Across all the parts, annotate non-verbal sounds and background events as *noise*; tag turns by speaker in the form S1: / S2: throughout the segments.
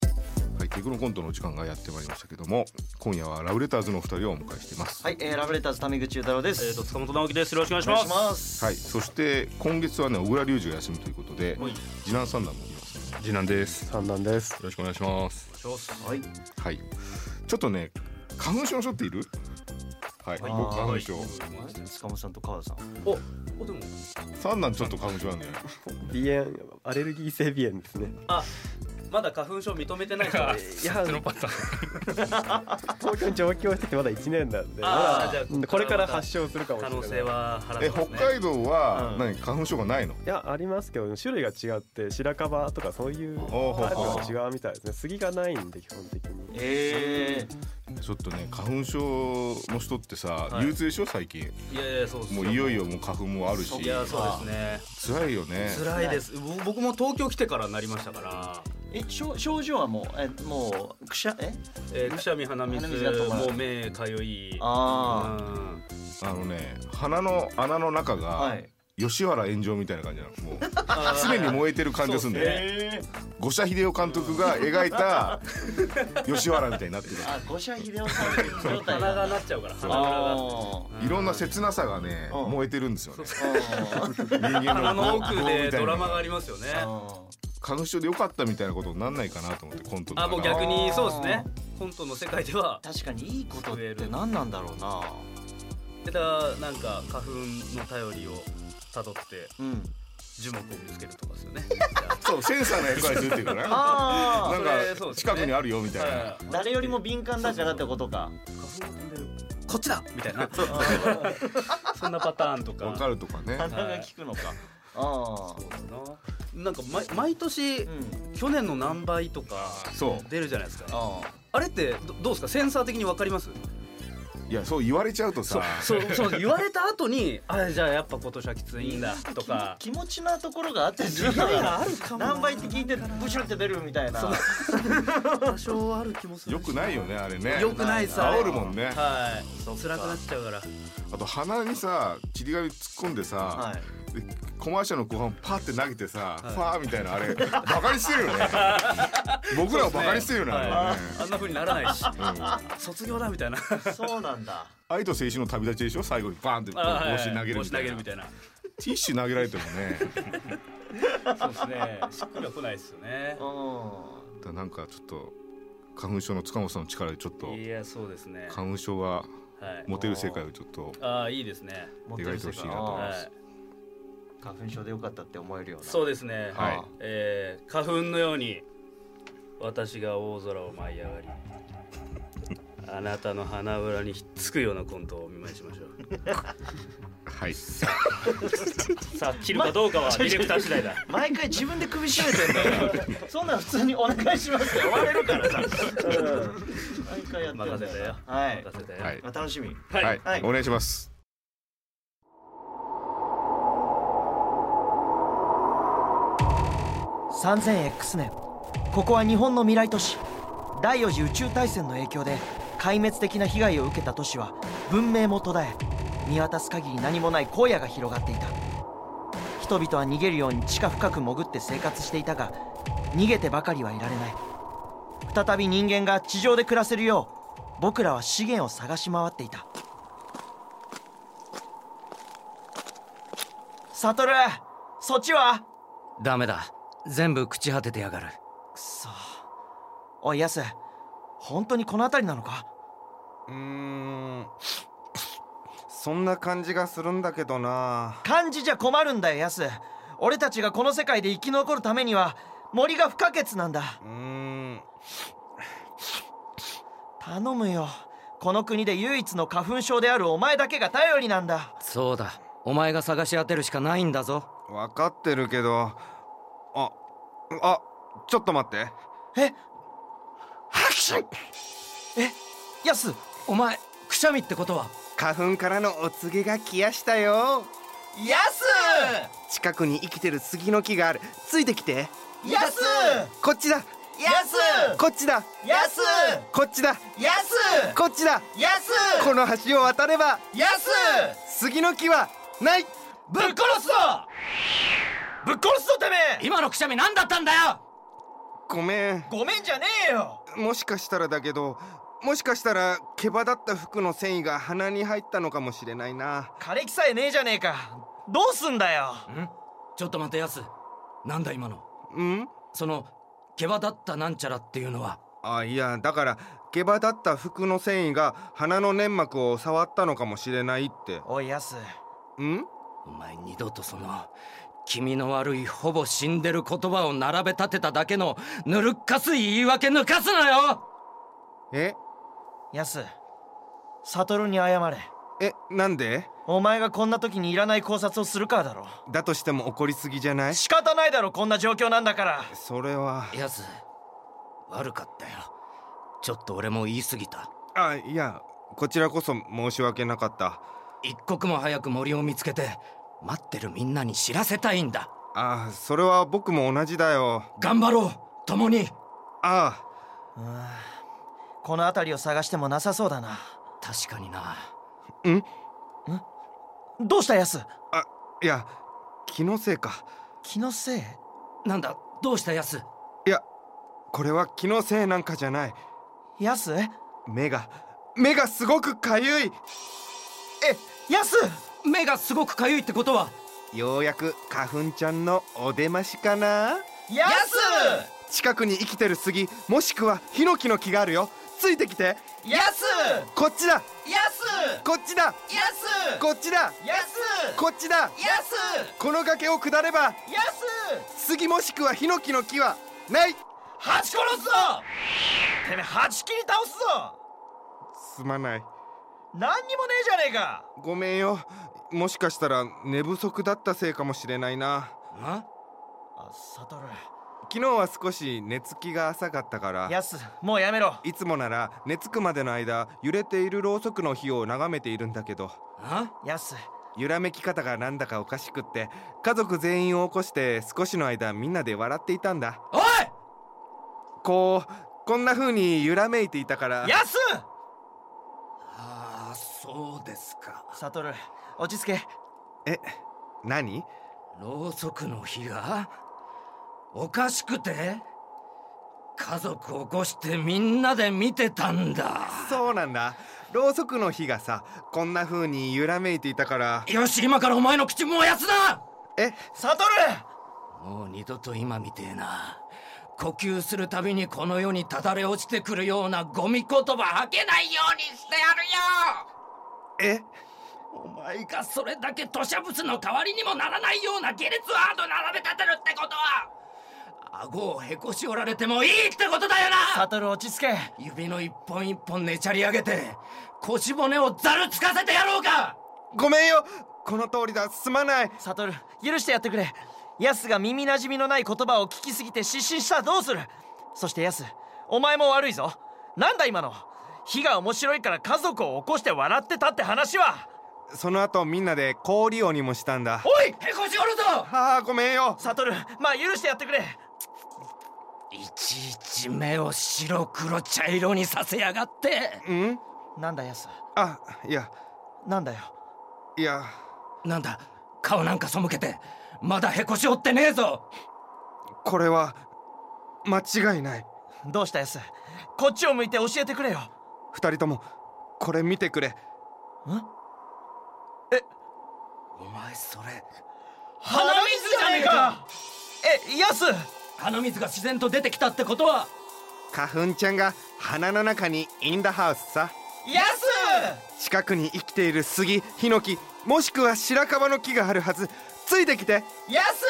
S1: ティクロコントのお時間がやってまいりましたけども今夜はラブレターズのお二人をお迎えしています
S2: はい、えー、ラブレターズタミグチュー太郎で
S3: えっ、
S2: す。
S3: と塚本直樹です。よろしくお願いし
S2: お願
S3: ま
S2: い
S3: す。
S2: します。
S1: はい、そして今月はね小倉隆二が休みということで
S3: はい
S1: 次男三男もいますね
S4: 次男です三男です
S1: よろしくお願いします
S2: はい。
S1: はいちょっとね花粉症の人っているはい僕
S2: あー
S1: 花粉症
S2: 塚本さんと川田さん。
S3: お、おでも
S1: 三男ちょっと花粉症なんだよね
S4: 鼻炎アレルギー性鼻炎ですね
S3: あ、まだ花粉症認めてない人が。
S4: いや東京に上京しててまだ一年なんで
S3: あー
S4: まだ
S3: じゃあ
S4: うんこれから発症するかもし
S3: 可
S4: れない
S3: 能性は払
S1: え北海道は
S2: うん
S1: 何花粉症がないの
S4: いやありますけど種類が違って白樺とかそういう
S1: おー
S4: タイプが違うみたいですね杉がないんで基本的に
S2: え
S1: ちょっとね花粉症の人ってさ
S3: はい
S1: 憂鬱でしょ最近
S3: いやいやそうです。
S1: もういよいよもう花粉もあるし
S2: そっ
S3: いやそうですね。
S1: 辛いよね
S3: 辛いです。ぼ僕も東京来てからなりましたから。
S2: ー、え症症状はもうえもうくしゃえ
S3: えー、くしゃみ鼻水
S2: 鼻水が止まらない
S3: もう目かゆい。
S2: あ
S3: うん
S1: あのね鼻の穴の中
S2: あ
S1: が
S2: はい。
S1: 吉原炎上みたいな感じなのもう
S3: あー。
S1: 常に燃えてる感じがするんだよね
S2: えー、
S1: 五社秀夫監督が描いた吉原みたいになってる
S2: あ五社秀夫さんの状態
S3: 鼻
S2: だ。
S3: がなっちゃうから鼻
S2: あ
S3: が。う
S1: いろんな切なさがね
S2: うん
S1: 燃えてるんですよね
S2: ー
S1: 人間
S3: 鼻
S1: の
S3: の
S1: 業
S3: 奥
S1: 業みたい
S3: で
S1: な
S3: ドラマがありますよね。
S2: あ
S1: 花粉症でよかったみたいなことになんないかなと思ってコントと
S3: あ
S1: か
S3: もう
S1: が
S3: 逆にそうですね
S2: あ。
S3: コントの世界では
S2: ー。確かにいいことって何なんだろうな。
S3: だからなんか花粉の頼りを辿って
S2: うん。
S3: 樹木を見つけるとかですよ
S1: *laughs*
S3: ね。
S1: そうセンサーの役割するっていうかな
S2: あ
S1: な
S2: あ
S1: ん
S3: それそ
S1: か
S3: うですね
S1: 近くにあるよみたいな
S3: はい
S2: 誰よりも敏感だからってことか。
S3: 花粉が飛んでる。こっちだみたいな。 *laughs* そんなパターンとか。
S1: わかるとかね
S2: 鼻が効くのか。ああ。
S3: ななんか毎毎年、
S2: うん。
S3: 去年の何倍とか
S1: そう
S3: 出るじゃないですか。
S2: あ
S3: あれってどどうですかセンサー的にわかります？
S1: いやそう言われちゃうと
S3: そ
S1: さ
S3: うそうそう言われた後に *laughs* あじゃあやっぱ今年はきついんだ
S2: あ。
S3: とか。
S2: 気持ちなところがあって
S3: *laughs*
S2: 自分
S3: があるかもな
S2: 何倍って聞いてブシュって出るみたいな。
S3: 多少ある気もする。
S1: よくないよねあれね
S3: よくないさ。
S1: 煽るもんね
S3: はい。
S2: そっ
S3: 辛
S2: か
S3: くなっちゃうから。
S1: あと鼻にさちり紙突っ込んでさ、
S2: はい。
S1: でコマーシャルの後半パッて投げてさ、
S3: はい
S1: ファーみたいなあれバカにしてるよ
S3: *laughs*
S1: ね僕らをバカにしてるよねあ
S3: はいあんな風にならないし。
S1: れはね、
S3: 卒業だみたいな。
S2: そうなんだ。
S1: うん、愛と青春の旅立ちでしょ最後にバーンってこう
S3: あ
S1: 帽子投げる
S3: 帽
S1: み
S3: 子
S1: た
S3: 投
S1: い
S3: げ
S1: な
S3: るみたいな。
S1: ティッシュ投げられてもねだか
S3: そうですね。しっくりは来ないですよね
S2: う。ん。
S1: らなんかちょっと花粉症の塚本さんの力でちょっと
S3: いやそうですね。は
S1: 花粉症が
S3: い。
S1: モテる世界をちょっと
S3: ああいいですね。
S2: 持ってる世
S1: 意外と欲しい
S2: 界
S1: なと思い
S2: あ
S3: は
S1: ま
S2: ー花粉症でよかったって思えるよう
S3: い。
S2: な。
S3: そうですね。
S1: はい
S2: あ
S3: えー、花粉のように私が大空を舞い上がり。あなたの鼻裏にひっつくようなコントをお見舞いしましょう。
S1: はい
S3: さあ切るかどうかはディレクター次第だ。 *laughs*
S2: ー毎回自分で首絞めてんだよ。そんなん普通にお願いしますって言われるからさ。毎回やってんだ
S3: 任せたよ
S2: はい。
S3: 任せて。
S1: はい
S2: まあ楽しみ。
S1: はい、
S3: はい。
S2: はい
S1: お願いします
S5: 3 0 x 年ここは日本の未来都市第四次宇宙大戦の影響で壊滅的な被害を受けた都市は文明も途絶え見渡す限り何もない荒野が広がっていた人々は逃げるように地下深く潜って生活していたが逃げてばかりはいられない再び人間が地上で暮らせるよう僕らは資源を探し回っていたサトルそっちは
S6: ダメだ全部朽ち果ててやがる
S5: くそおいヤス本当にこの辺りなのか
S7: うーんそんな感じがするんだけどな
S5: 漢字じゃ困るんだよヤス俺たちがこの世界で生き残るためには森が不可欠なんだ
S7: うーん
S5: 頼むよこの国で唯一の花粉症であるお前だけが頼りなんだ
S6: そうだお前が探し当てるしかないんだぞ
S7: 分かってるけどああちょっと待って
S5: ええヤス
S6: お前くしゃみってことは
S7: 花粉からのお告げが来やしたよ
S5: ヤス
S7: 近くに生きてる杉の木があるついてきて
S5: ヤス
S7: こっちだ
S5: ヤス
S7: こっちだ
S5: ヤス
S7: こっちだ
S5: ヤス
S7: こっちだ
S5: ヤス
S7: この橋を渡れば
S5: ヤス
S7: 杉の木はない
S5: ぶっ殺すぞぶっ殺すぞてめえ
S6: 今のくしゃみ何だったんだよ
S7: ごめん
S5: ごめんじゃねえよ
S7: もしかしたらだけどもしかしたら毛羽立った服の繊維が鼻に入ったのかもしれないな
S5: 枯れ木さえねえじゃねえかどうすんだよ
S6: んちょっと待ってやすなんだ今の
S7: うん
S6: その毛羽立ったなんちゃらっていうのは
S7: あいやだから毛羽立った服の繊維が鼻の粘膜を触ったのかもしれないって
S5: おいやす
S7: うん
S6: お前二度とその気味の悪いほぼ死んでる言葉を並べ立てただけのぬるっかすい言い訳抜かすなよ
S7: え
S5: やす悟に謝れ
S7: えなんで
S5: お前がこんな時にいらない考察をするからだろ
S7: だとしても怒りすぎじゃない
S5: 仕方ないだろこんな状況なんだから
S7: それは
S6: やす悪かったよちょっと俺も言い過ぎた
S7: あいやこちらこそ申し訳なかった
S6: 一刻も早く森を見つけて待ってるみんなに知らせたいんだ
S7: あそれは僕も同じだよ
S6: 頑張ろう共に
S7: あ
S5: うーんこの辺りを探してもなさそうだな
S6: 確かにな
S5: どうしたやす
S7: いや気のせいか
S5: 気のせい
S6: なんだどうしたやす
S7: いやこれは気のせいなんかじゃない
S5: やす
S7: 目が目がすごくかゆい
S5: やす
S6: 目がすごくかゆいってことは
S7: ようやく花粉ちゃんのお出ましかな
S5: や
S7: 近くに生きてる杉もしくはヒノキの木があるよついてきて
S5: すやす
S7: こっちだ
S5: やす
S7: こっちだ
S5: やす
S7: こっちだ
S5: やす
S7: こっちだ
S5: やす
S7: この崖を下れば
S5: やす
S7: 杉もしくはヒノキの木はない
S5: ハチ殺すぞてめえハチ切り倒すぞ
S7: すまない
S5: 何にもねえじゃねえか
S7: ごめんよもしかしたら寝不足だったせいかもしれないなん
S5: あサトル
S7: 昨日は少し寝つきが浅かったから
S5: やすもうやめろ
S7: いつもなら寝つくまでの間揺れているろうそくの火を眺めているんだけど
S6: ん
S5: やす
S7: 揺らめき方がなんだかおかしくって家族全員を起こして少しの間みんなで笑っていたんだ
S6: おい
S7: こうこんな風に揺らめいていたから
S5: やす
S6: ああそうですか
S5: サトル落ち着け
S7: え何
S6: ろうそくの火がおかしくて家族起こしてみんなで見てたんだ
S7: そうなんだろうそくの火がさこんな風に揺らめいていたから
S6: よし今からお前の口燃やすな
S7: え
S5: サトル
S6: もう二度と今みてえな呼吸するたびにこの世にただれ落ちてくるようなゴミ言葉吐けないようにしてや
S7: え
S6: るよお前がそれだけ土砂物の代わりにもならないような下劣ワード並べ立てるってことは顎をへこし折られてもいいってことだよ
S5: サ
S6: な
S5: トル落ち着け
S6: 指の一本一本ねちゃり上げて腰骨をざるつかせてやろうか
S7: ごめんよこの通りだすまない
S5: サトル許してやってくれヤスが耳なじみのない言葉を聞きすぎて失神したらどうするそしてヤスお前も悪いぞなんだ今の火が面白いから家族を起こして笑ってたって話は
S7: その後みんなで氷鬼もしたんだ
S5: おい
S6: へこし折るぞ
S7: ああごめんよ
S5: サトルまあ許してやってくれ
S6: いちいち目を白黒茶色にさせやがって
S7: うん
S5: なんだヤス
S7: あいや
S5: なんだよ
S7: いや
S6: なんだ顔なんか背けてまだへこしおってねえぞ
S7: これは間違いない
S5: どうしたヤスこっちを向いて教えてくれよ
S7: 二人ともこれ見てくれ
S6: お前それ
S5: 鼻水じゃねえかえヤス
S6: 鼻水が自然と出てきたってことは
S7: 花粉ちゃんが鼻の中にインダハウスさ
S5: ヤス
S7: 近くに生きている杉ヒノキもしくは白樺の木があるはずついてきて
S5: ヤス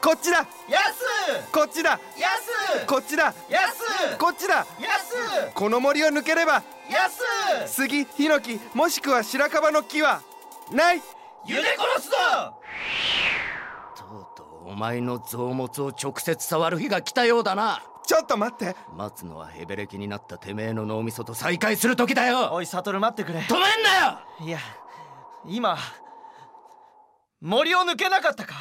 S7: こっちだ
S5: ヤス
S7: こっちだ
S5: ヤス
S7: こっちだ
S5: ヤス
S7: こっちだ
S5: ヤス
S7: この森を抜ければ
S5: ヤス
S7: 杉ヒノキもしくは白樺の木はない
S5: ゆで殺すぞ
S6: とうとうお前の臓物を直接触る日が来たようだな
S7: ちょっと待って
S6: 待つのはヘベレキになったてめえの脳みそと再会する時だよ
S5: おいサトル待ってくれ
S6: 止めんなよ
S5: いや今森を抜けなかったか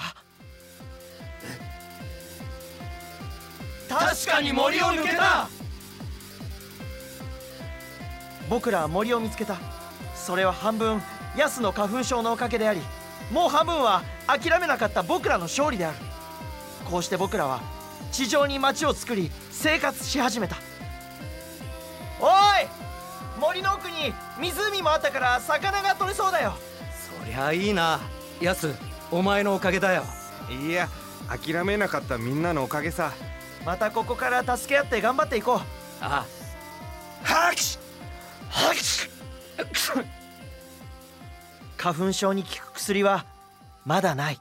S5: 確かに森を抜けた僕らは森を見つけたそれは半分ヤスの花粉症のおかげでありもう半分は諦めなかった僕らの勝利であるこうして僕らは地上に町を作り生活し始めたおい森の奥に湖もあったから魚が取れそうだよ
S6: そりゃいいなヤスお前のおかげだよ
S7: いや諦めなかったみんなのおかげさ
S5: またここから助け合って頑張っていこう
S6: あ
S5: 拍手拍
S6: *laughs*
S5: 手花粉症に効く薬はまだない